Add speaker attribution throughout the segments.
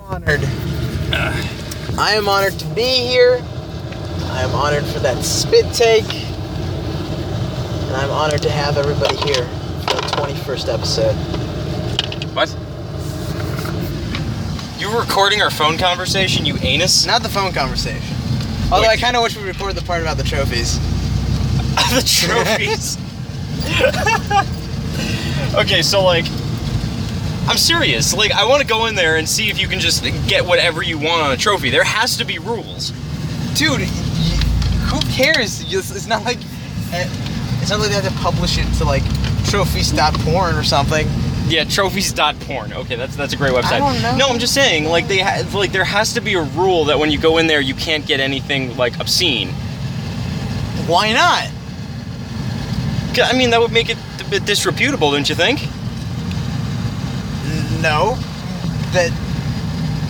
Speaker 1: honored. I am honored to be here. I am honored for that spit take. And I'm honored to have everybody here for the 21st episode.
Speaker 2: What? You were recording our phone conversation, you anus?
Speaker 1: Not the phone conversation. Although I
Speaker 2: Which-
Speaker 1: kind of wish we recorded the part about the trophies.
Speaker 2: the trophies. okay, so like, I'm serious. Like, I want to go in there and see if you can just get whatever you want on a trophy. There has to be rules.
Speaker 1: Dude, y- who cares? You- It's not like eh, it's not like they have to publish it to like trophies.porn or something.
Speaker 2: Yeah, trophies.porn. Okay, that's that's a great website.
Speaker 1: I don't know.
Speaker 2: No, I'm just saying, like they ha- like there has to be a rule that when you go in there, you can't get anything like obscene.
Speaker 1: Why not?
Speaker 2: 'Cause, I mean, that would make it a bit disreputable, don't you think?
Speaker 1: No, that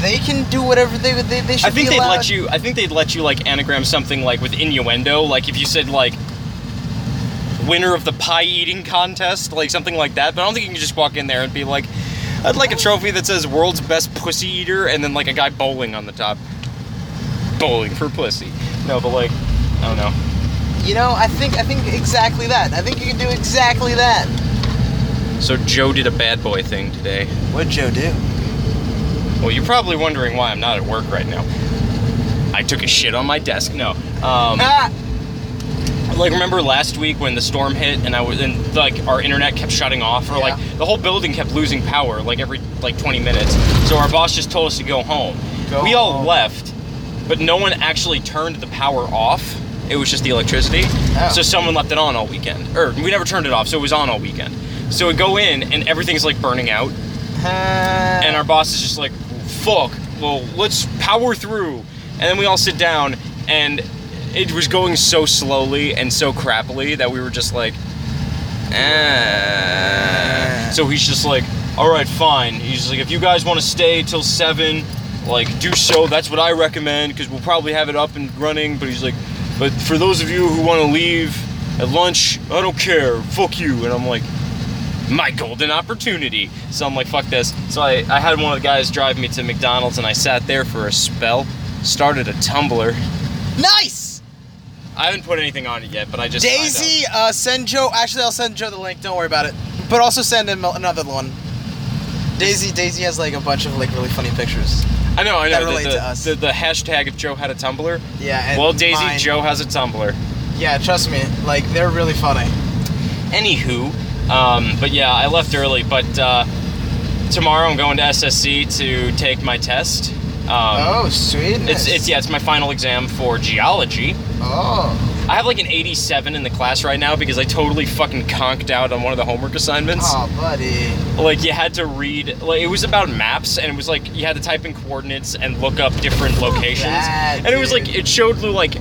Speaker 1: they can do whatever they they, they should.
Speaker 2: I think
Speaker 1: be
Speaker 2: they'd
Speaker 1: allowed.
Speaker 2: let you. I think they'd let you like anagram something like with innuendo, like if you said like winner of the pie eating contest, like something like that. But I don't think you can just walk in there and be like, I'd like a trophy that says world's best pussy eater, and then like a guy bowling on the top, bowling for pussy. No, but like, I don't know.
Speaker 1: You know, I think I think exactly that. I think you can do exactly that.
Speaker 2: So Joe did a bad boy thing today.
Speaker 1: What'd Joe do?
Speaker 2: Well, you're probably wondering why I'm not at work right now. I took a shit on my desk. No. Um,
Speaker 1: Ah,
Speaker 2: Like remember last week when the storm hit and I was and like our internet kept shutting off or like
Speaker 1: Yeah.
Speaker 2: the whole building kept losing power like every like 20 minutes. So our boss just told us to go home.
Speaker 1: Go
Speaker 2: we all
Speaker 1: home.
Speaker 2: left, but no one actually turned the power off. It was just the electricity.
Speaker 1: Oh.
Speaker 2: So someone left it on all weekend. Or we never turned it off, so it was on all weekend. So we go in and everything's like burning out and our boss is just like, "Fuck, well, let's power through." And then we all sit down, and it was going so slowly and so crappily that we were just like,
Speaker 1: Uh,
Speaker 2: "Eh." So he's just like, "All right, fine." He's like, "If you guys want to stay till seven, like, do so. That's what I recommend because we'll probably have it up and running." But he's like, "But for those of you who want to leave at lunch, I don't care. Fuck you." And I'm like my golden opportunity. So I'm like, fuck this. So I, I had one of the guys drive me to McDonald's and I sat there for a spell, started a Tumblr.
Speaker 1: nice.
Speaker 2: I haven't put anything on it yet, but I just. signed
Speaker 1: Daisy, uh, send Joe. Actually, I'll send Joe the link. Don't worry about it. But also send him another one. Daisy, Daisy has like a bunch of like really funny pictures.
Speaker 2: up. I know, I
Speaker 1: that
Speaker 2: know. the-
Speaker 1: relate
Speaker 2: the,
Speaker 1: to us.
Speaker 2: The, the hashtag if Joe had a Tumblr.
Speaker 1: Yeah. And
Speaker 2: well, Daisy,
Speaker 1: mine.
Speaker 2: Joe has a Tumblr.
Speaker 1: Yeah, trust me. Like they're really funny.
Speaker 2: Anywho, um, but yeah, I left early, but uh, tomorrow I'm going to SSC to take my test. Um,
Speaker 1: oh, sweet.
Speaker 2: It's, it's yeah, it's my final exam for geology.
Speaker 1: Oh.
Speaker 2: I have like an 87 in the class right now because I totally fucking conked out on one of the homework assignments.
Speaker 1: Oh, buddy.
Speaker 2: Like you had to read, like it was about maps, and it was like you had to type in coordinates and look up different locations.
Speaker 1: Oh, bad,
Speaker 2: and it was like
Speaker 1: dude.
Speaker 2: it showed you like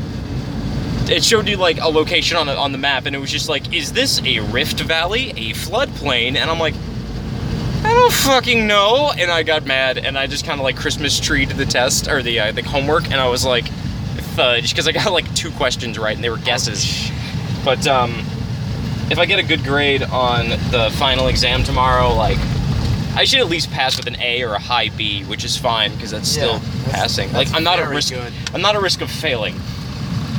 Speaker 2: it showed you like a location on the, on the map, and it was just like, is this a rift valley, a floodplain? And I'm like, I don't fucking know. And I got mad, and I just kind of like Christmas tree to the test or the uh, the homework, and I was like, fudge, because I got like two questions right, and they were guesses. But um, if I get a good grade on the final exam tomorrow, like I should at least pass with an A or a high B, which is fine because that's still
Speaker 1: Yeah, that's-
Speaker 2: passing.
Speaker 1: that's
Speaker 2: like I'm not at
Speaker 1: very
Speaker 2: risk.
Speaker 1: good.
Speaker 2: I'm not at risk of failing.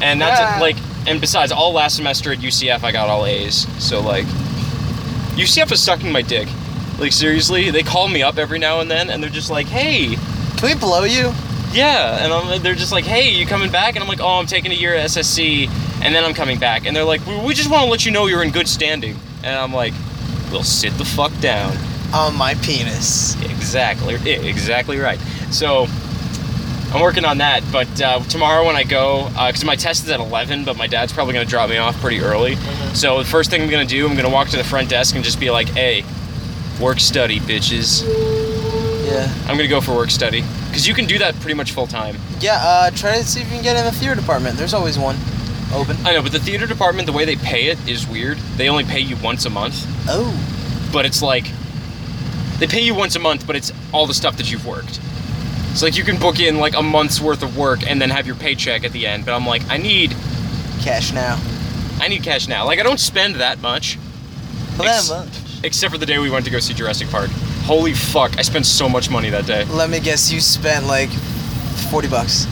Speaker 2: And that's
Speaker 1: Ah.
Speaker 2: it like. And besides, all last semester at UCF, I got all A's. So like, UCF is sucking my dick. Like seriously, they call me up every now and then, and they're just like, "Hey,
Speaker 1: Can we blow you?
Speaker 2: yeah, and I'm, they're just like, "Hey, you coming back?" And I'm like, "Oh, I'm taking a year at SSC, and then I'm coming back." And they're like, "We, we just want to let you know you're in good standing." And I'm like, "Well, sit the fuck down."
Speaker 1: On my penis.
Speaker 2: Exactly, yeah, exactly right. So I'm working on that, but uh, tomorrow when I go, because my test is at 11, but my dad's probably going to drop me off pretty early. So the first thing I'm going to do, I'm going to walk to the front desk and just be like, "Hey, work study, bitches."
Speaker 1: Yeah.
Speaker 2: I'm going to go for work study because you can do that pretty much full time.
Speaker 1: Yeah, uh, try to see if you can get in the theater department. There's always one open.
Speaker 2: I know, but the theater department, the way they pay it is weird. They only pay you once a month,
Speaker 1: Oh.
Speaker 2: but it's like they pay you once a month, but it's all the stuff that you've worked. It's like you can book in like a month's worth of work and then have your paycheck at the end. But I'm like, I need,
Speaker 1: Cash now.
Speaker 2: I need cash now. Like I don't spend that much,
Speaker 1: Well, that
Speaker 2: Ex-
Speaker 1: much.
Speaker 2: except for the day we went to go see Jurassic Park. Holy fuck! I spent so much money that day.
Speaker 1: Let me guess, you spent like 40 bucks.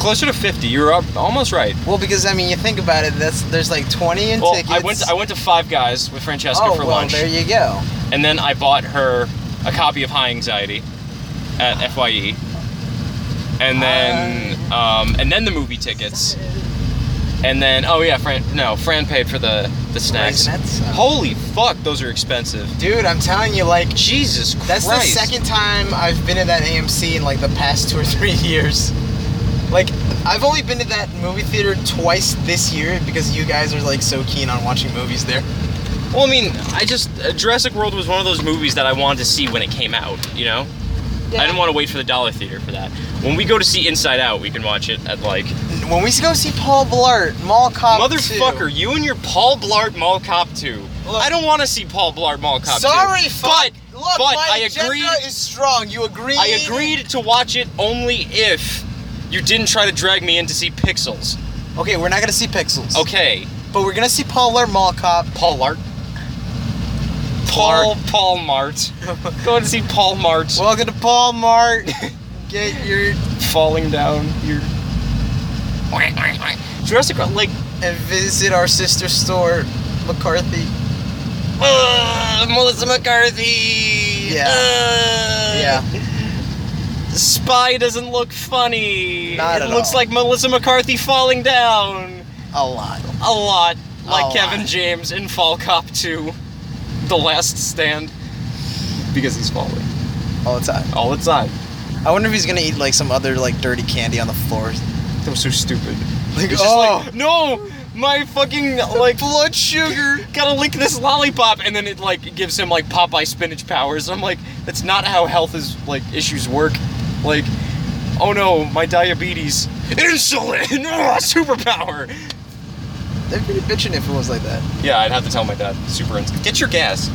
Speaker 2: Closer to fifty. You're up, almost right.
Speaker 1: Well, because I mean, you think about it, that's there's like 20 in
Speaker 2: Well,
Speaker 1: tickets.
Speaker 2: I went. To, I went to Five Guys with Francesca
Speaker 1: oh,
Speaker 2: for
Speaker 1: well,
Speaker 2: lunch,
Speaker 1: there you go.
Speaker 2: and then I bought her a copy of High Anxiety at Fye, and then um, and then the movie tickets, and then oh yeah, Fran. No, Fran paid for the the snacks.
Speaker 1: Raisinets?
Speaker 2: Holy fuck, those are expensive.
Speaker 1: Dude, I'm telling you, like,
Speaker 2: Jesus
Speaker 1: that's
Speaker 2: Christ.
Speaker 1: the second time I've been at that AMC in like the past two or three years. Like, I've only been to that movie theater twice this year because you guys are like so keen on watching movies there.
Speaker 2: Well, I mean, I just uh, Jurassic World was one of those movies that I wanted to see when it came out. You know, I didn't want to wait for the dollar theater for that. When we go to see Inside Out, we can watch it at like
Speaker 1: When we go see Paul Blart, Mall Cop 2.
Speaker 2: motherfucker. You and your Paul Blart Mall Cop 2.
Speaker 1: Look-
Speaker 2: I don't want to see Paul Blart Mall Cop 2.
Speaker 1: Sorry, fuck.
Speaker 2: But
Speaker 1: Look,
Speaker 2: but
Speaker 1: my
Speaker 2: I
Speaker 1: agenda
Speaker 2: agreed.
Speaker 1: is strong. You agreed.
Speaker 2: I agreed to watch it only if you didn't try to drag me in to see Pixels.
Speaker 1: Okay, we're not gonna see Pixels.
Speaker 2: Okay,
Speaker 1: but we're gonna see Paul Blart, Mall Cop.
Speaker 2: Paul Lart. Paul Paul Mart. Going to see Paul Mart
Speaker 1: Welcome to Paul Mart. Get your
Speaker 2: falling down. Your Jurassic World, like
Speaker 1: and visit our sister store, McCarthy.
Speaker 2: uh, Melissa McCarthy.
Speaker 1: Yeah.
Speaker 2: uh,
Speaker 1: Yeah.
Speaker 2: Spy doesn't look funny.
Speaker 1: Not
Speaker 2: it
Speaker 1: at
Speaker 2: looks
Speaker 1: all.
Speaker 2: like Melissa McCarthy falling down
Speaker 1: A lot.
Speaker 2: a lot, like
Speaker 1: lot.
Speaker 2: Kevin James in Fall Cop 2, The Last Stand, because he's falling
Speaker 1: All the time.
Speaker 2: all the time.
Speaker 1: I wonder if he's gonna eat like some other like dirty candy on the floor.
Speaker 2: That was so stupid.
Speaker 1: Like, oh,
Speaker 2: It's just like, no, my fucking like blood sugar. Gotta lick this lollipop, and then it like gives him like Popeye spinach powers. I'm like, that's not how health is like issues work. Like, oh no, my diabetes, insulin, ah, superpower.
Speaker 1: That'd be bitching if it was like that.
Speaker 2: Yeah, I'd have to tell my dad. Super insulin. Get your gas.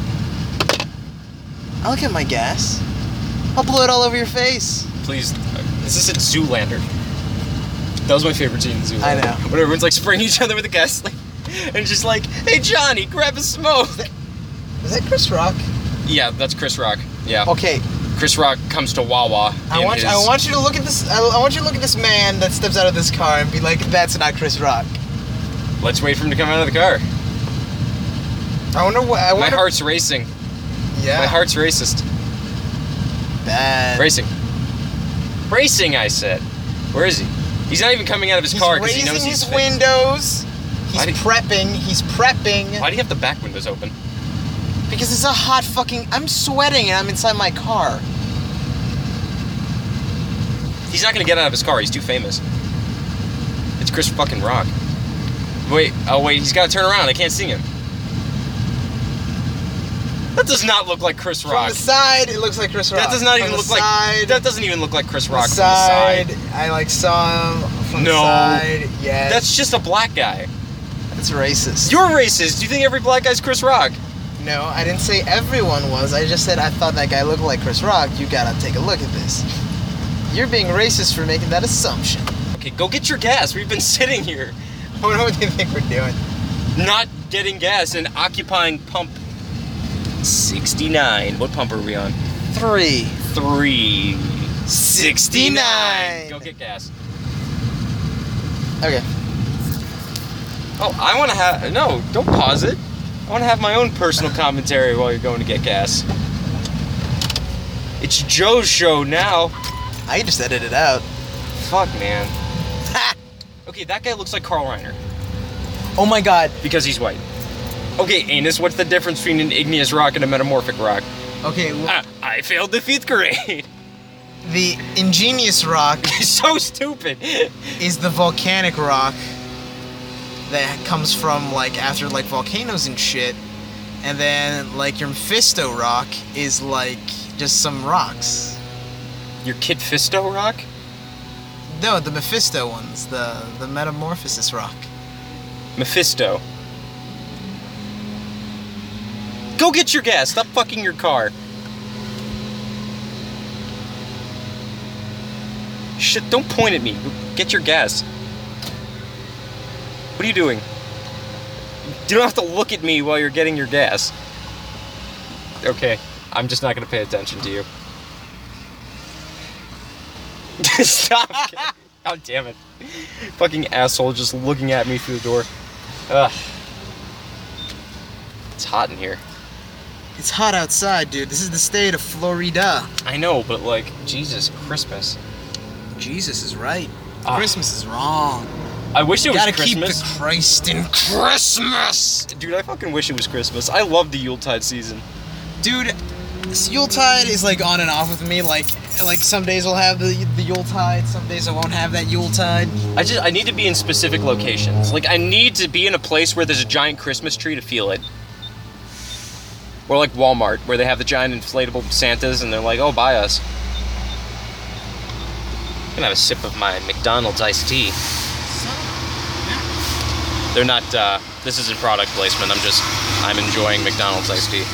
Speaker 1: I'll get my gas. I'll blow it all over your face.
Speaker 2: Please, this isn't Zoolander. That was my favorite scene in Zoolander.
Speaker 1: I know.
Speaker 2: When everyone's like spraying each other with a gas, like, and just like, hey Johnny, grab a smoke.
Speaker 1: Is that Chris Rock?
Speaker 2: Yeah, that's Chris Rock. Yeah.
Speaker 1: Okay,
Speaker 2: Chris Rock comes to Wawa.
Speaker 1: I
Speaker 2: in
Speaker 1: want,
Speaker 2: his-
Speaker 1: I want you to look at this. I, I want you to look at this man that steps out of this car and be like, "That's not Chris Rock."
Speaker 2: Let's wait for him to come out of the car.
Speaker 1: I wonder what. I
Speaker 2: My
Speaker 1: wonder.
Speaker 2: heart's racing.
Speaker 1: yeah.
Speaker 2: My heart's racist.
Speaker 1: Bad.
Speaker 2: Racing. Racing, I said. Where is he? He's not even coming out of his
Speaker 1: He's
Speaker 2: car because he
Speaker 1: raising
Speaker 2: knows
Speaker 1: his
Speaker 2: he's fake.
Speaker 1: windows. He's
Speaker 2: Why do-
Speaker 1: prepping. He's prepping.
Speaker 2: Why do you have the back windows open?
Speaker 1: Because it's a hot fucking. I'm sweating and I'm inside my car.
Speaker 2: He's not gonna get out of his car. He's too famous. It's Chris fucking Rock. Wait. Oh wait. He's gotta turn around. I can't see him. That does not look like Chris
Speaker 1: From
Speaker 2: Rock.
Speaker 1: the side, it looks like Chris Rock.
Speaker 2: That does not
Speaker 1: From
Speaker 2: even
Speaker 1: the
Speaker 2: look like.
Speaker 1: side,
Speaker 2: That doesn't even look like Chris Rock.
Speaker 1: the
Speaker 2: from the
Speaker 1: side. I like saw him from
Speaker 2: No.
Speaker 1: the side. Yes.
Speaker 2: That's just a black guy.
Speaker 1: that's racist.
Speaker 2: You're racist. Do you think every black guy's Chris Rock?
Speaker 1: No, I didn't say everyone was. I just said I thought that guy looked like Chris Rock. You gotta take a look at this. You're being racist for making that assumption.
Speaker 2: Okay, go get your gas. We've been sitting here,
Speaker 1: I don't know what they think we're doing.
Speaker 2: not getting gas and occupying pump 69. What pump are we on?
Speaker 1: Three.
Speaker 2: 369.
Speaker 1: 69.
Speaker 2: Go get gas.
Speaker 1: Okay.
Speaker 2: Oh, I want to have. No, don't pause it. I want to have my own personal commentary while you're going to get gas. It's Joe's show now.
Speaker 1: I can just edit it out.
Speaker 2: Fuck, man. Okay, that guy looks like Carl Reiner.
Speaker 1: oh my god.
Speaker 2: Because he's white. Okay, Anus, what's the difference between an igneous rock and a metamorphic rock?
Speaker 1: Okay, well,
Speaker 2: Ah, I failed the fifth grade.
Speaker 1: the ingenious rock
Speaker 2: so stupid.
Speaker 1: is the volcanic rock that comes from like after like volcanoes and shit. And then like your Mephisto rock is like just some rocks.
Speaker 2: Your Kid Fisto rock?
Speaker 1: No, the Mephisto ones, the the metamorphosis rock.
Speaker 2: Mephisto. Go get your gas. Stop fucking your car. Shit, don't point at me. Get your gas. What are you doing? You don't have to look at me while you're getting your gas. Okay. I'm just not gonna pay attention to you. Stop! I'm kidding. God damn it! Fucking asshole, just looking at me through the door. Ugh. It's hot in here.
Speaker 1: It's hot outside, dude. This is the state of Florida.
Speaker 2: I know, but like, Jesus, Christmas.
Speaker 1: Jesus is right.
Speaker 2: Ah.
Speaker 1: Christmas is wrong.
Speaker 2: I wish it was
Speaker 1: Gotta
Speaker 2: Christmas.
Speaker 1: keep the Christ in Christmas.
Speaker 2: Dude, I fucking wish it was Christmas. I love the Yuletide season.
Speaker 1: Dude, this Yuletide is like on and off with me. Like, like some days I'll have the the Yuletide, some days I won't have that Yuletide.
Speaker 2: I just I need to be in specific locations. Like I need to be in a place where there's a giant Christmas tree to feel it. Or like Walmart, where they have the giant inflatable Santas and they're like, oh buy us. I'm gonna have a sip of my McDonald's iced tea. They're not uh, this isn't product placement, I'm just I'm enjoying McDonald's iced tea.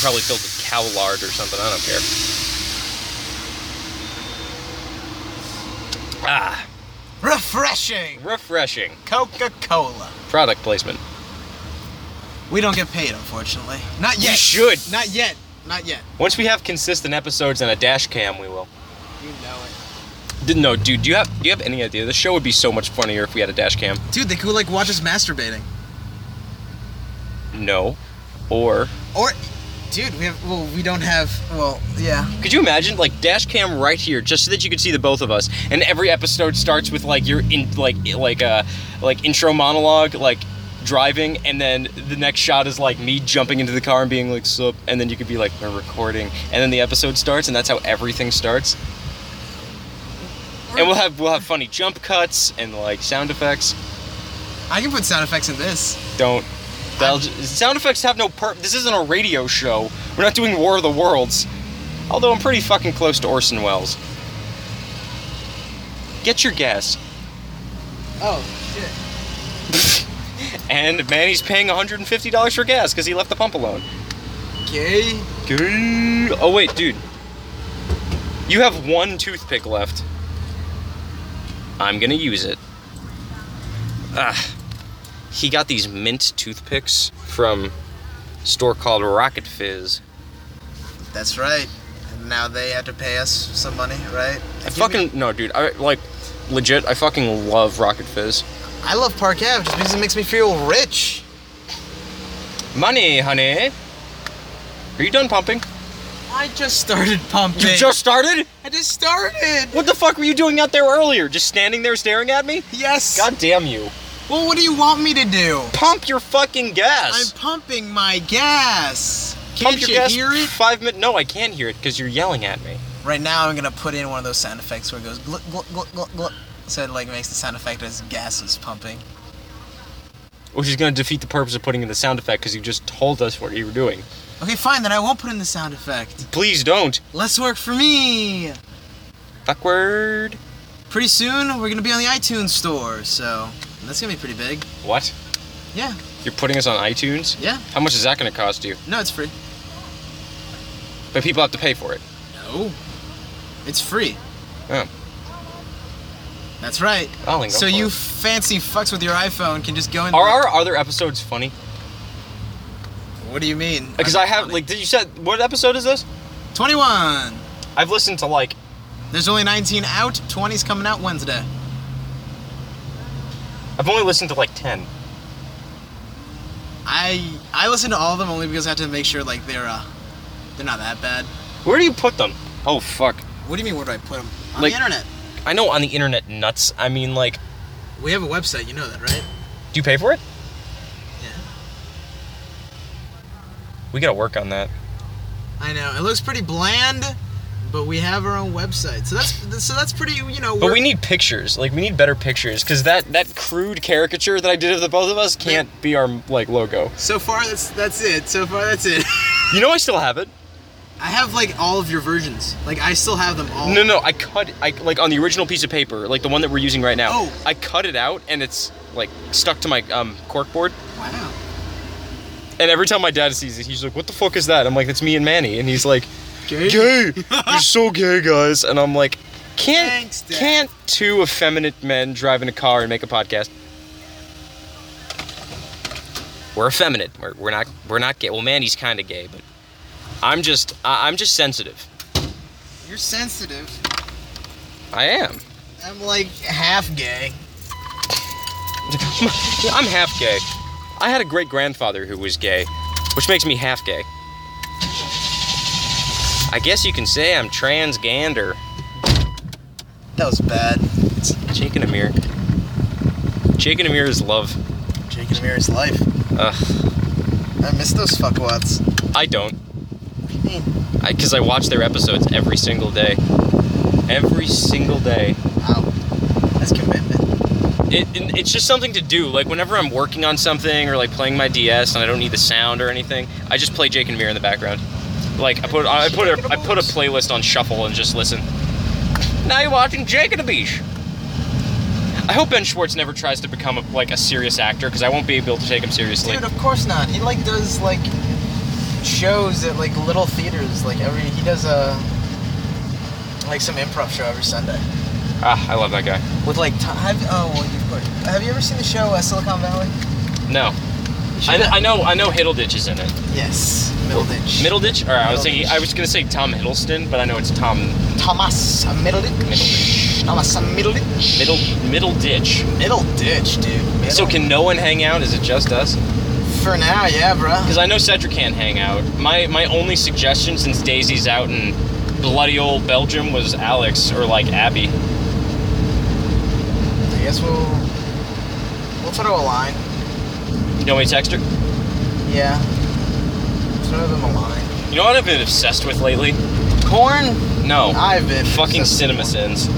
Speaker 2: Probably filled with cow lard or something, I don't care. Ah,
Speaker 1: Refreshing.
Speaker 2: refreshing.
Speaker 1: Coca Cola.
Speaker 2: Product placement.
Speaker 1: We don't get paid, unfortunately. Not yet.
Speaker 2: You should.
Speaker 1: Not yet. Not yet.
Speaker 2: Once we have consistent episodes and a dash cam, we will.
Speaker 1: You know it.
Speaker 2: Didn't know, dude. Do you have do you have any idea? The show would be so much funnier if we had a dash cam.
Speaker 1: Dude, they could like watch us masturbating.
Speaker 2: No. Or
Speaker 1: Or, dude, we have. Well, we don't have. Well, yeah.
Speaker 2: could you imagine like dash cam right here, just so that you could see the both of us, and every episode starts with like your in like like uh like intro monologue like driving, and then the next shot is like me jumping into the car and being like sup, and then you could be like we're recording, and then the episode starts, and that's how everything starts. And we'll have we'll have funny jump cuts and like sound effects.
Speaker 1: I can put sound effects in this.
Speaker 2: Don't. That'll ju- sound effects have no per. This isn't a radio show. We're not doing War of the Worlds. Although I'm pretty fucking close to Orson Welles. Get your guess.
Speaker 1: Oh shit.
Speaker 2: and Manny's paying $150 for gas because he left the pump alone.
Speaker 1: Okay.
Speaker 2: Oh wait, dude. You have one toothpick left. I'm gonna use it. Ah. He got these mint toothpicks from a store called Rocket Fizz.
Speaker 1: That's right. And now they have to pay us some money, right?
Speaker 2: I fucking no, dude. I like legit. I fucking love Rocket Fizz.
Speaker 1: I love Park Ave just because it makes me feel rich.
Speaker 2: Money, honey. Are you done pumping?
Speaker 1: I just started pumping.
Speaker 2: You just started?
Speaker 1: I just started.
Speaker 2: What the fuck were you doing out there earlier? Just standing there staring at me?
Speaker 1: Yes.
Speaker 2: God damn you!
Speaker 1: Well, what do you want me to do?
Speaker 2: Pump your fucking gas.
Speaker 1: I'm pumping my gas. Can't
Speaker 2: Pump your
Speaker 1: you
Speaker 2: gas
Speaker 1: hear it?
Speaker 2: Five minutes. No, I can't hear it because you're yelling at me.
Speaker 1: Right now, I'm gonna put in one of those sound effects where it goes gluck gluck gluck gluck gluck. So it like makes the sound effect as gas is pumping.
Speaker 2: Which is gonna defeat the purpose of putting in the sound effect because you just told us what you were doing.
Speaker 1: Okay, fine. Then I won't put in the sound effect.
Speaker 2: Please don't.
Speaker 1: Less work for me.
Speaker 2: Fuckward.
Speaker 1: Pretty soon, we're gonna be on the iTunes store, so that's gonna be pretty big.
Speaker 2: What?
Speaker 1: Yeah,
Speaker 2: You're putting us on iTunes?
Speaker 1: yeah.
Speaker 2: How much is that gonna cost you?
Speaker 1: No, it's free.
Speaker 2: But people have to pay for it.
Speaker 1: No. It's free.
Speaker 2: Oh.
Speaker 1: That's right.
Speaker 2: I'll go
Speaker 1: So
Speaker 2: for
Speaker 1: you
Speaker 2: it.
Speaker 1: fancy fucks with your iPhone can just go in.
Speaker 2: Are our other episodes funny?
Speaker 1: What do you mean?
Speaker 2: Because I have like did you said what episode is this?
Speaker 1: 21.
Speaker 2: I've listened to like
Speaker 1: There's only 19 out. 20's coming out Wednesday.
Speaker 2: I've only listened to like ten.
Speaker 1: I I listen to all of them only because I have to make sure like they're uh they're not that bad.
Speaker 2: Where do you put them? Oh fuck!
Speaker 1: What do you mean? Where do I put them? On
Speaker 2: Like-
Speaker 1: the internet.
Speaker 2: I know on the internet nuts. I mean like, do
Speaker 1: We have a website. You know that, right?
Speaker 2: you pay for it?
Speaker 1: Yeah.
Speaker 2: We gotta work on that.
Speaker 1: I know. It looks pretty bland, but we have our own website. So that's so that's pretty. You know.
Speaker 2: But
Speaker 1: we're-
Speaker 2: we need pictures. Like we need better pictures because that that crude caricature that I did of the both of us can't be our like logo.
Speaker 1: So far, that's that's it. So far, that's it.
Speaker 2: You know I still have it.
Speaker 1: I have like all of your versions. Like I still have them all.
Speaker 2: No no I cut I like on the original piece of paper like the one that we're using right now.
Speaker 1: Oh.
Speaker 2: I cut it out and it's like stuck to my um corkboard.
Speaker 1: Wow.
Speaker 2: And every time my dad sees it, he's like, "What the fuck is that?" I'm like, "That's me and Manny," and he's like, "Gay, you're so gay, guys." And I'm like, "Can't
Speaker 1: Thanks, Dad."
Speaker 2: can't two effeminate men drive in a car and make a podcast?" we're effeminate. We're, we're not we're not gay. Well, Mandy's kind of gay, but I'm just I, I'm just sensitive.
Speaker 1: You're sensitive.
Speaker 2: I am.
Speaker 1: I'm like half gay.
Speaker 2: I'm half gay. I had a great grandfather who was gay, which makes me half gay. I guess you can say I'm transgander.
Speaker 1: That was bad.
Speaker 2: It's Jake and Amir. Jake and Amir is love.
Speaker 1: Jake and Amira's life.
Speaker 2: Ugh,
Speaker 1: I miss those fuckwats.
Speaker 2: I don't.
Speaker 1: What do you mean?
Speaker 2: I because I watch their episodes every single day. Every single day.
Speaker 1: Wow. That's commitment.
Speaker 2: It, it- it's just something to do. Like whenever I'm working on something or like playing my DS and I don't need the sound or anything, I just play Jake and Mir in the background. Like I put I put a I put a playlist on shuffle and just listen. Now you're watching Jake and the Beach. I hope Ben Schwartz never tries to become a, like a serious actor because I won't be able to take him seriously.
Speaker 1: Dude, of course not. He like does like shows at like little theaters. Like every he does a like some improv show every Sunday.
Speaker 2: Ah, I love that guy.
Speaker 1: With like t- have oh well you've put have you ever seen the show uh, Silicon Valley?
Speaker 2: No,
Speaker 1: You
Speaker 2: I,
Speaker 1: should-
Speaker 2: kn- I know I know Hiddleditch is in it.
Speaker 1: Yes, Middleditch.
Speaker 2: Middleditch. All right, I was thinking I was gonna say Tom Hiddleston, but I know it's Tom
Speaker 1: Thomas Middleditch.
Speaker 2: Middleditch.
Speaker 1: Thomas Middleditch.
Speaker 2: Middle Middle Ditch.
Speaker 1: Middleditch, dude. Middle.
Speaker 2: So can no one hang out? Is it just us?
Speaker 1: for now, yeah, bro.
Speaker 2: Because I know Cedric can't hang out. My my only suggestion since Daisy's out in bloody old Belgium was Alex or like Abby.
Speaker 1: I guess we'll we'll throw a line.
Speaker 2: You know, me text her.
Speaker 1: Yeah. Throw them a line.
Speaker 2: You know what I've been obsessed with lately?
Speaker 1: Corn.
Speaker 2: No,
Speaker 1: I've been
Speaker 2: fucking
Speaker 1: obsessed with
Speaker 2: cinema sins.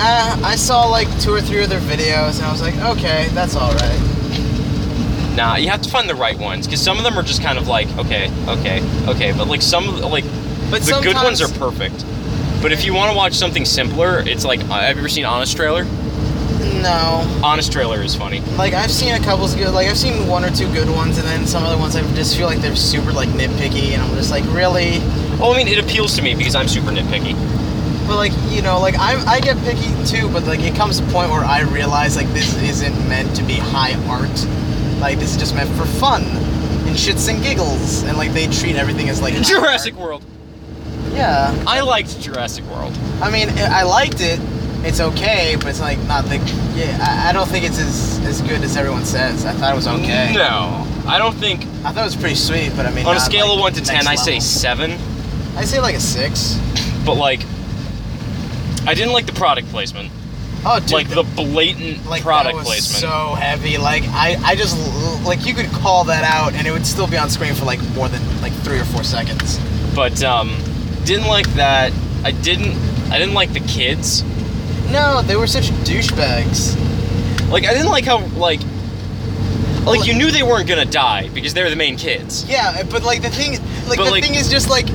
Speaker 1: Uh, I saw like two or three of their videos, and I was like, okay, that's all right.
Speaker 2: Nah, you have to find the right ones because some of them are just kind of like okay, okay, okay, but like some of the- like
Speaker 1: But
Speaker 2: the good ones are
Speaker 1: sometimes-
Speaker 2: perfect. But if you want to watch something simpler, it's like uh, have you ever seen Honest Trailer?
Speaker 1: No,
Speaker 2: Honest Trailer is funny.
Speaker 1: like I've seen a couple good, like I've seen one or two good ones, and then some other ones I just feel like they're super like nitpicky, and I'm just like, really?
Speaker 2: Well, I mean, it appeals to me because I'm super nitpicky.
Speaker 1: But like you know, like I I get picky too, but like it comes to a point where I realize like this isn't meant to be high art, like this is just meant for fun and shits and giggles, and like they treat everything as like high
Speaker 2: Jurassic
Speaker 1: art.
Speaker 2: World.
Speaker 1: Yeah.
Speaker 2: I liked Jurassic World.
Speaker 1: I mean, I I liked it. It's okay, but it's like not the. Yeah, I, I don't think it's as, as good as everyone says. I thought it was okay.
Speaker 2: No, I don't think.
Speaker 1: I thought it was pretty sweet, but I mean.
Speaker 2: on a
Speaker 1: not,
Speaker 2: scale
Speaker 1: like,
Speaker 2: of one to ten,
Speaker 1: next
Speaker 2: I say
Speaker 1: level.
Speaker 2: seven.
Speaker 1: I say like a six.
Speaker 2: But like, I didn't like the product placement.
Speaker 1: Oh, dude.
Speaker 2: like
Speaker 1: th-
Speaker 2: the blatant
Speaker 1: like,
Speaker 2: product
Speaker 1: that was
Speaker 2: placement.
Speaker 1: So heavy. Like I, I just l- like you could call that out, and it would still be on screen for like more than like three or four seconds.
Speaker 2: But um, didn't like that. I didn't. I didn't like the kids.
Speaker 1: No, they were such douchebags.
Speaker 2: Like I didn't like how like. Like you knew they weren't gonna die because they were the main kids.
Speaker 1: Yeah, but like the thing, like
Speaker 2: But,
Speaker 1: the
Speaker 2: like-
Speaker 1: thing is just like.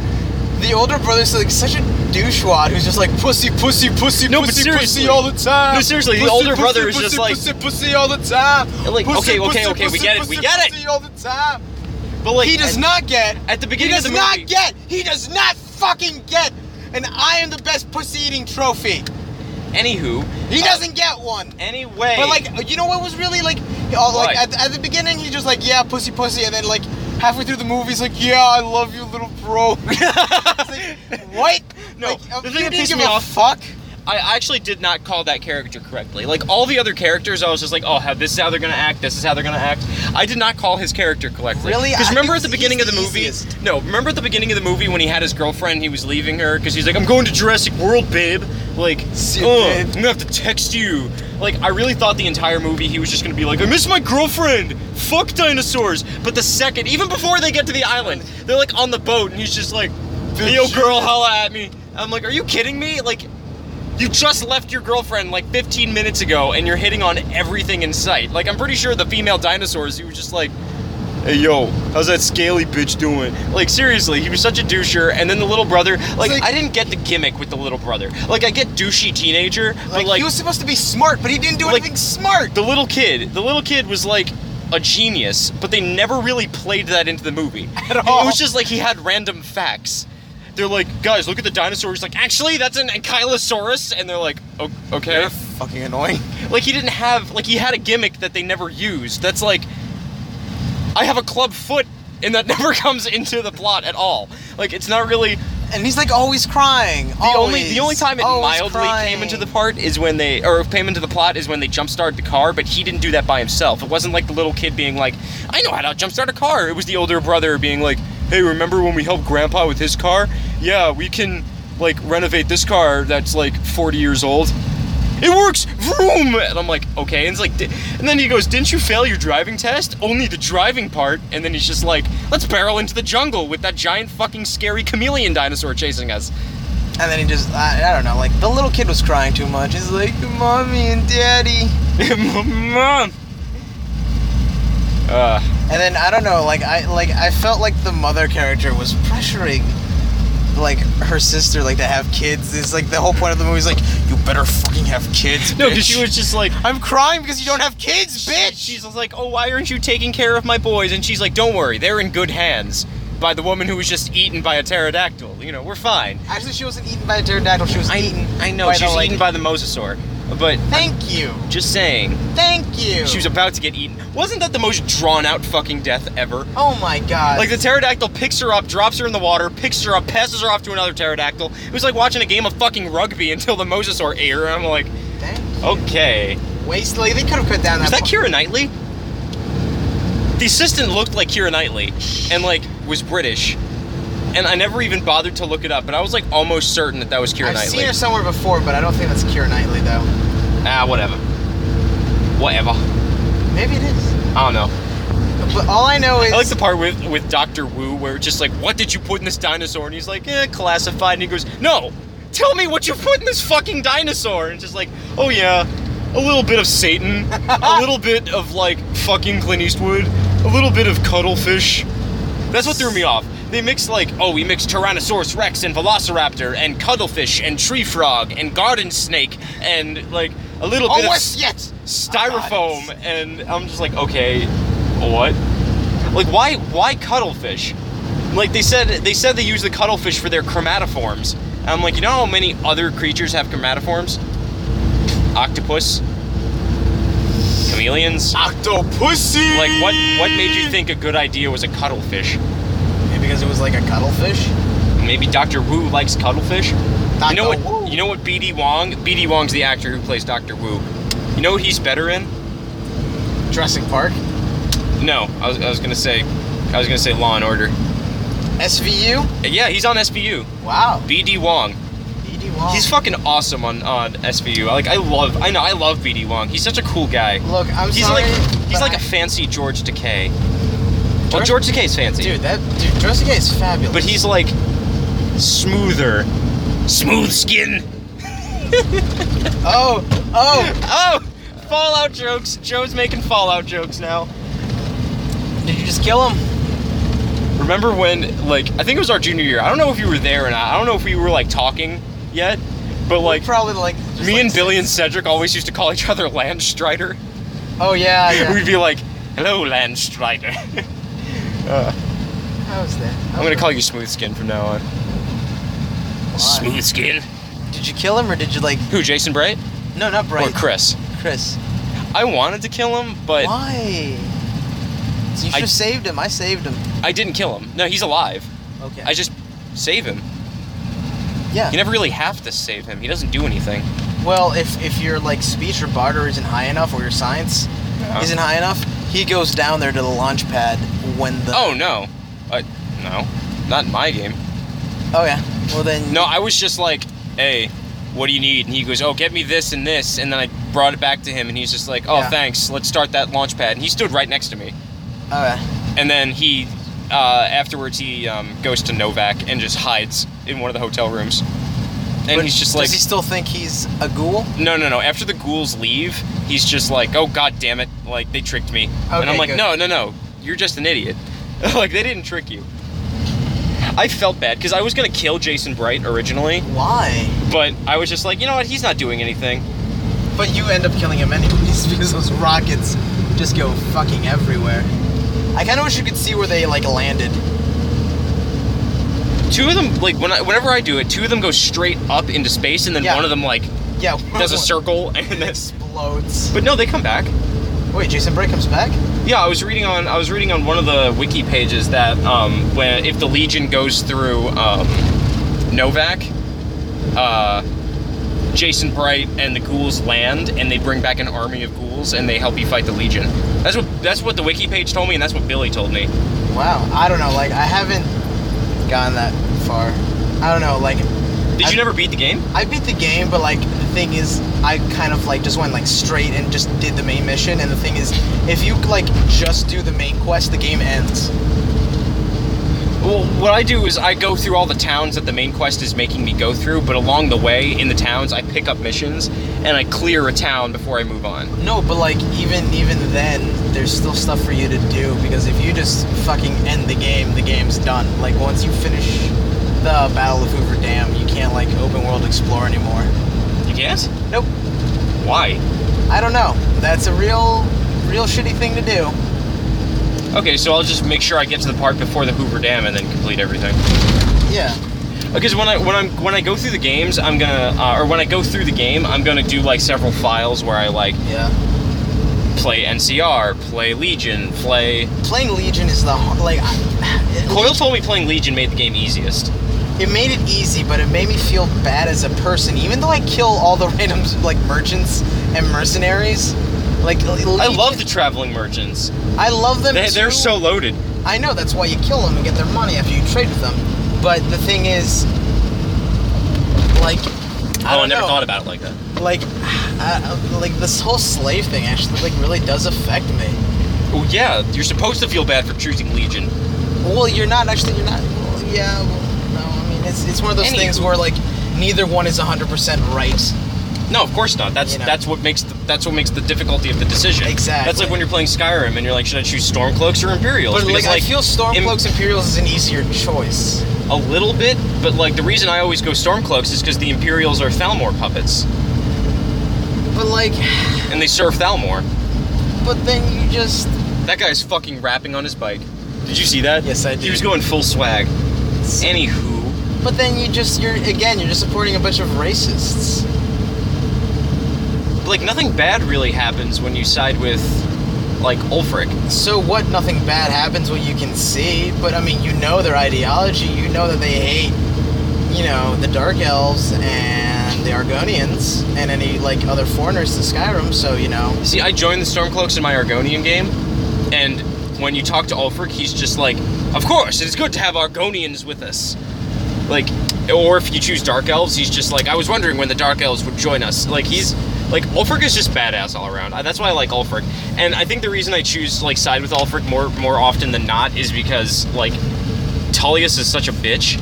Speaker 1: The older brother's like such a douchewad who's just like pussy, pussy, pussy,
Speaker 2: No, but
Speaker 1: pussy,
Speaker 2: seriously.
Speaker 1: pussy all the time.
Speaker 2: No, seriously, the
Speaker 1: Pussy,
Speaker 2: older
Speaker 1: pussy,
Speaker 2: brother is
Speaker 1: pussy,
Speaker 2: just like-
Speaker 1: pussy, pussy all the time.
Speaker 2: Like, okay, okay, okay, we get it, we get it.
Speaker 1: pussy all the time.
Speaker 2: But like
Speaker 1: he does
Speaker 2: at,
Speaker 1: not get.
Speaker 2: at the
Speaker 1: He
Speaker 2: beginning
Speaker 1: does
Speaker 2: of the
Speaker 1: not
Speaker 2: movie,
Speaker 1: get. He does not fucking get. And I am the best pussy eating trophy.
Speaker 2: Anywho,
Speaker 1: He
Speaker 2: uh,
Speaker 1: doesn't get one.
Speaker 2: Anyway,
Speaker 1: But like, you know what was really like, all, like
Speaker 2: What?
Speaker 1: at, at the beginning he's just like, yeah, pussy, pussy, and then like halfway through the movie he's like, yeah, I love you, little bro. It's like, what?
Speaker 2: No,
Speaker 1: Like, uh,
Speaker 2: the
Speaker 1: you
Speaker 2: thing that
Speaker 1: didn't
Speaker 2: pissed
Speaker 1: give
Speaker 2: me
Speaker 1: a
Speaker 2: off-
Speaker 1: fuck.
Speaker 2: I actually did not call that character correctly. Like all the other characters, I was just like, oh, how this is how they're gonna act. This is how they're gonna act. I did not call his character correctly.
Speaker 1: Really? I
Speaker 2: Because
Speaker 1: think
Speaker 2: remember at the
Speaker 1: he's
Speaker 2: beginning of
Speaker 1: the
Speaker 2: the movie?
Speaker 1: easiest.
Speaker 2: No, remember at the beginning of the movie when he had his girlfriend, he was leaving her because he's like, I'm going to Jurassic World, babe. Like,
Speaker 1: See
Speaker 2: "Ugh,
Speaker 1: you, babe."
Speaker 2: I'm gonna have to text you. Like, I really thought the entire movie he was just gonna be like, I miss my girlfriend. Fuck dinosaurs. But the second, even before they get to the island, they're like on the boat, and he's just like,
Speaker 1: The
Speaker 2: Yo,
Speaker 1: ju-
Speaker 2: girl, holla at me. I'm like, are you kidding me? Like. You just left your girlfriend like 15 minutes ago and you're hitting on everything in sight. Like, I'm pretty sure the female dinosaurs, you were just like, hey, yo, how's that scaly bitch doing? Like, seriously, he was such a doucher. And then the little brother, like,
Speaker 1: like-
Speaker 2: I didn't get the gimmick with the little brother. Like, I get douchey teenager, but
Speaker 1: Like,
Speaker 2: like,
Speaker 1: he was supposed to be smart, but he didn't do
Speaker 2: Like-
Speaker 1: anything smart.
Speaker 2: the little kid, the little kid was like a genius, but they never really played that into the movie.
Speaker 1: At all.
Speaker 2: It was just like he had random facts. They're like, guys, look at the dinosaur. He's like, actually, that's an ankylosaurus. And they're like, "O- okay.
Speaker 1: They're fucking annoying.
Speaker 2: Like he didn't have like he had a gimmick that they never used. That's like I have a club foot, and that never comes into the plot at all. Like it's not really
Speaker 1: And he's like always crying.
Speaker 2: the only the only time it mildly
Speaker 1: crying.
Speaker 2: came into the part is when they or came into the plot is when they jump started the car, but he didn't do that by himself. It wasn't like the little kid being like, "I know how to jump start a car." It was the older brother being like, "Hey, remember when we helped Grandpa with his car? Yeah, we can like renovate this car that's like 40 years old." It works, vroom! And I'm like, okay. And it's like, di- and then he goes, "Didn't you fail your driving test? Only the driving part." And then he's just like, "Let's barrel into the jungle with that giant fucking scary chameleon dinosaur chasing us."
Speaker 1: And then he just I, I don't know, like the little kid was crying too much. He's like, Mommy and Daddy.
Speaker 2: Mom. Uh,
Speaker 1: And then I don't know, like I like I felt like the mother character was pressuring like her sister like to have kids. It's like the whole point of the movie is like, you better fucking have kids.
Speaker 2: no,
Speaker 1: bitch."
Speaker 2: because she was just like,
Speaker 1: I'm crying because you don't have kids, bitch!
Speaker 2: she's just like, oh, why aren't you taking care of my boys? And she's like, don't worry, they're in good hands by the woman who was just eaten by a pterodactyl. You know, we're fine.
Speaker 1: Actually, she wasn't eaten by a pterodactyl. She was eaten.
Speaker 2: I know
Speaker 1: by
Speaker 2: she
Speaker 1: the,
Speaker 2: was
Speaker 1: like-
Speaker 2: eaten by the mosasaur, but
Speaker 1: Thank you.
Speaker 2: just saying,
Speaker 1: Thank you.
Speaker 2: she was about to get eaten. Wasn't that the most drawn out fucking death ever?
Speaker 1: Oh my god.
Speaker 2: Like the pterodactyl picks her up, drops her in the water, picks her up, passes her off to another pterodactyl. It was like watching a game of fucking rugby until the mosasaur ate her. I'm like,
Speaker 1: Thank you.
Speaker 2: okay.
Speaker 1: Waste. Like they could have cut down that.
Speaker 2: Was that
Speaker 1: part.
Speaker 2: Kira Knightley? The assistant looked like Kira Knightley and like was British. And I never even bothered to look it up, but I was like almost certain that that was Kira
Speaker 1: I've
Speaker 2: Knightley.
Speaker 1: seen her somewhere before, but I don't think that's Kira Knightley though.
Speaker 2: Ah, whatever. Whatever.
Speaker 1: Maybe it is.
Speaker 2: I don't know.
Speaker 1: But all I know is
Speaker 2: I like the part with with Doctor Wu where it's just like, what did you put in this dinosaur? And he's like, eh, classified. And he goes, no, tell me what you put in this fucking dinosaur. And it's just like, oh yeah, a little bit of Satan, a little bit of like fucking Clint Eastwood, a little bit of cuttlefish. That's what threw me off. They mix like, oh, we mix Tyrannosaurus Rex and Velociraptor and cuttlefish and tree frog and garden snake and like a little
Speaker 1: Oh,
Speaker 2: bit of
Speaker 1: worse yet.
Speaker 2: styrofoam and I'm just like, okay, what? Like why why cuttlefish? Like they said they said they use the cuttlefish for their chromatoforms. And I'm like, you know how many other creatures have chromatoforms? Octopus, chameleons.
Speaker 1: Octopussy.
Speaker 2: Like what what made you think a good idea was a cuttlefish?
Speaker 1: Maybe because it was like a cuttlefish.
Speaker 2: Maybe Dr. Wu likes cuttlefish? you know
Speaker 1: Dr.
Speaker 2: what?
Speaker 1: Wu.
Speaker 2: You know what? BD Wong. BD Wong's the actor who plays Dr. Wu. You know what he's better in?
Speaker 1: Jurassic Park.
Speaker 2: No, I was, I was gonna say, I was gonna say Law and Order.
Speaker 1: SVU.
Speaker 2: Yeah, he's on SVU.
Speaker 1: Wow.
Speaker 2: BD Wong.
Speaker 1: E.D. Wong.
Speaker 2: He's fucking awesome on on SVU. Like I love, I know, I love BD Wong. He's such a cool guy.
Speaker 1: Look, I'm
Speaker 2: He's
Speaker 1: sorry.
Speaker 2: like, he's
Speaker 1: but
Speaker 2: like
Speaker 1: I-
Speaker 2: a fancy George Takei. Well,
Speaker 1: George-
Speaker 2: George Takei's fancy,
Speaker 1: Dude, that dude, Jurassic Park is fabulous.
Speaker 2: but he's like smoother, smooth skin.
Speaker 1: oh, oh.
Speaker 2: Oh, Fallout jokes. Joe's making Fallout jokes now.
Speaker 1: Did you just kill him?
Speaker 2: remember when like I think it was our junior year. I don't know if you were there or not. I don't know if we were like talking yet, but like
Speaker 1: Probably like. just,
Speaker 2: me
Speaker 1: like,
Speaker 2: and Billy and Cedric always used to call each other Landstrider.
Speaker 1: Oh yeah, yeah.
Speaker 2: We'd be like, "Hello, Landstrider." uh,
Speaker 1: How was that?
Speaker 2: I'm gonna call you Smooth Skin from now on. Smooth Skin.
Speaker 1: Did you kill him or did you like?
Speaker 2: Who? Jason Bright
Speaker 1: No, not Bright.
Speaker 2: or Chris?
Speaker 1: Chris.
Speaker 2: I wanted to kill him, but
Speaker 1: Why? So you
Speaker 2: I-
Speaker 1: should have saved him. I saved him.
Speaker 2: I didn't kill him. No, he's alive.
Speaker 1: Okay.
Speaker 2: I just save him.
Speaker 1: yeah.
Speaker 2: You never really have to save him. He doesn't do anything.
Speaker 1: well, if if your like speech or barter isn't high enough, or your science
Speaker 2: Uh-huh.
Speaker 1: isn't high enough, he goes down there to the launch pad when the.
Speaker 2: Oh no. Uh, no. Not in my game.
Speaker 1: Oh yeah. Well then.
Speaker 2: No, I was just like, hey, what do you need? And he goes, oh, get me this and this. And then I brought it back to him, and he's just like, oh,
Speaker 1: Yeah.
Speaker 2: thanks. Let's start that launch pad. And he stood right next to me.
Speaker 1: Oh yeah.
Speaker 2: And then he, uh, afterwards, he um, goes to Novak and just hides in one of the hotel rooms. And
Speaker 1: But
Speaker 2: he's just like,
Speaker 1: Does he still think he's a ghoul?
Speaker 2: no, no, no. After the ghouls leave, he's just like, oh, god damn it. Like, they tricked me. and I'm
Speaker 1: Okay,
Speaker 2: like,
Speaker 1: good.
Speaker 2: no, no, no. You're just an idiot. like, they didn't trick you. I felt bad because I was going to kill Jason Bright originally.
Speaker 1: Why?
Speaker 2: But I was just like, you know what? He's not doing anything.
Speaker 1: But you end up killing him anyways because those rockets just go fucking everywhere. I kind of wish you could see where they like landed.
Speaker 2: Two of them, like when I, whenever I do it, two of them go straight up into space, and then
Speaker 1: Yeah.
Speaker 2: one of them like
Speaker 1: Yeah.
Speaker 2: does a
Speaker 1: circle
Speaker 2: circle, and then.
Speaker 1: explodes.
Speaker 2: But no, they come back.
Speaker 1: Wait, Jason Bray comes back?
Speaker 2: Yeah, I was reading on I was reading on one of the wiki pages that um, when if the Legion goes through um, Novak, uh, Jason Bright and the ghouls land, and they bring back an army of ghouls, and they help you fight the Legion. That's what that's what the wiki page told me, and that's what Billy told me.
Speaker 1: Wow. I don't know. Like I haven't gone that far. I don't know. Like
Speaker 2: Did
Speaker 1: I-
Speaker 2: you never beat the game?
Speaker 1: I beat the game, but like the thing is, I kind of like just went like straight and just did the main mission. And the thing is, if you like just do the main quest, the game ends.
Speaker 2: Well, what I do is I go through all the towns that the main quest is making me go through, but along the way in the towns I pick up missions and I clear a town before I move on.
Speaker 1: No, but like even even then, there's still stuff for you to do because if you just fucking end the game, the game's done. Like once you finish the Battle of Hoover Dam, you can't like open world explore anymore.
Speaker 2: You can't?
Speaker 1: Nope.
Speaker 2: Why?
Speaker 1: I don't know. That's a real real shitty thing to do.
Speaker 2: Okay, so I'll just make sure I get to the part before the Hoover Dam and then complete everything.
Speaker 1: Yeah.
Speaker 2: Because when I when I'm when I go through the games, I'm gonna uh, or when I go through the game, I'm gonna do like several files where I like
Speaker 1: Yeah.
Speaker 2: play NCR, play Legion, play.
Speaker 1: Playing Legion is the har- like I-
Speaker 2: Coyle told me playing Legion made the game easiest.
Speaker 1: it made it easy, but it made me feel bad as a person. Even though I kill all the random like merchants and mercenaries, like
Speaker 2: I love the traveling merchants.
Speaker 1: I love them.
Speaker 2: They,
Speaker 1: too.
Speaker 2: they're so loaded. Oh,
Speaker 1: I know that's why you kill them and get their money after you trade with them. But the thing is, like, I
Speaker 2: oh,
Speaker 1: don't
Speaker 2: I never
Speaker 1: know.
Speaker 2: thought about it like that.
Speaker 1: Like, I, like this whole slave thing actually like really does affect me.
Speaker 2: Oh yeah, you're supposed to feel bad for choosing Legion.
Speaker 1: Well, you're not actually. You're not. Well, yeah. Well, no. I mean, it's it's one of those
Speaker 2: Anywho.
Speaker 1: things where like neither one is 100% right.
Speaker 2: No, of course not. That's
Speaker 1: You know.
Speaker 2: that's what makes the, that's what makes the difficulty of the decision.
Speaker 1: Exactly.
Speaker 2: That's like when you're playing Skyrim and you're like, should I choose Stormcloaks or Imperials?
Speaker 1: But like,
Speaker 2: Because,
Speaker 1: I feel
Speaker 2: Im-
Speaker 1: Stormcloaks Imperials is an easier choice.
Speaker 2: a little bit, but like the reason I always go Stormcloaks is because the Imperials are Thalmor puppets,
Speaker 1: But like,
Speaker 2: and they serve Thalmor.
Speaker 1: but then you just
Speaker 2: That guy's fucking rapping on his bike. Did you see that?
Speaker 1: Yes, I
Speaker 2: He
Speaker 1: did.
Speaker 2: was going full swag. Anywho,
Speaker 1: But then you just you're again you're just supporting a bunch of racists.
Speaker 2: like nothing bad really happens when you side with like Ulfric.
Speaker 1: So what? Nothing bad happens what you can see. But I mean, you know their ideology. You know that they hate, you know, the Dark Elves and the Argonians and any like other foreigners to Skyrim. So you know,
Speaker 2: See, I joined the Stormcloaks in my Argonian game, and when you talk to Ulfric, he's just like, Of course, it's good to have Argonians with us. Like, or if you choose Dark Elves, he's just like, I was wondering when the Dark Elves would join us. Like, he's. Like, Ulfric is just badass all around. I- That's why I like Ulfric. And I think the reason I choose, like, side with Ulfric more, more often than not is because, like, Tullius is such a bitch.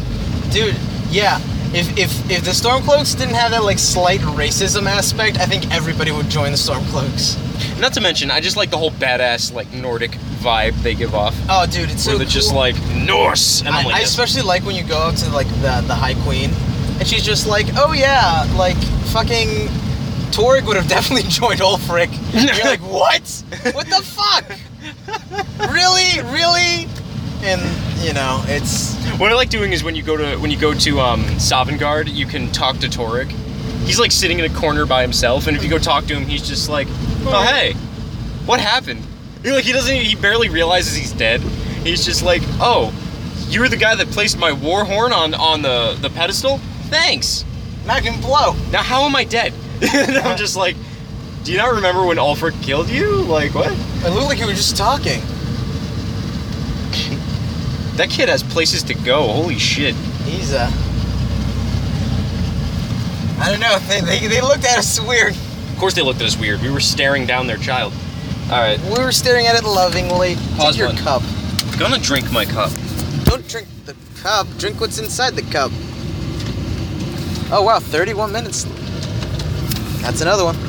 Speaker 1: dude, yeah. If, if, if the Stormcloaks didn't have that like slight racism aspect, I think everybody would join the Stormcloaks.
Speaker 2: Not to mention, I just like the whole badass, like, Nordic vibe they give off.
Speaker 1: Oh, dude, it's so
Speaker 2: where they're just
Speaker 1: cool.
Speaker 2: like, Norse! And
Speaker 1: I,
Speaker 2: I'm like,
Speaker 1: I
Speaker 2: "Yes."
Speaker 1: especially like when you go up to like the the High Queen, and she's just like, "Oh yeah, like fucking Torg would have definitely joined Ulfric." And you're like, "What? What the fuck? really, really?" And you know, it's
Speaker 2: What I like doing is when you go to when you go to um, Sovngarde, you can talk to Torek. He's like sitting in a corner by himself, and if you go talk to him, he's just like, "Oh hey, what happened?" He, like he doesn't e, he barely realizes he's dead. He's just like, "Oh, you were the guy that placed my war horn on on the the pedestal. Thanks.
Speaker 1: not gonna blow.
Speaker 2: Now how am I dead?" and I'm just like, "Do you not remember when Ulfric killed you? Like what?
Speaker 1: It looked like we were just talking.
Speaker 2: That kid has places to go. Holy shit."
Speaker 1: He's uh, I don't know. They, they, they looked at us weird.
Speaker 2: Of course they looked at us weird. We were staring down their child. All right.
Speaker 1: We were staring at it lovingly.
Speaker 2: Pause
Speaker 1: Take your
Speaker 2: button.
Speaker 1: cup.
Speaker 2: gonna drink my cup.
Speaker 1: Don't drink the cup. Drink what's inside the cup. Oh wow, 31 minutes. That's another one.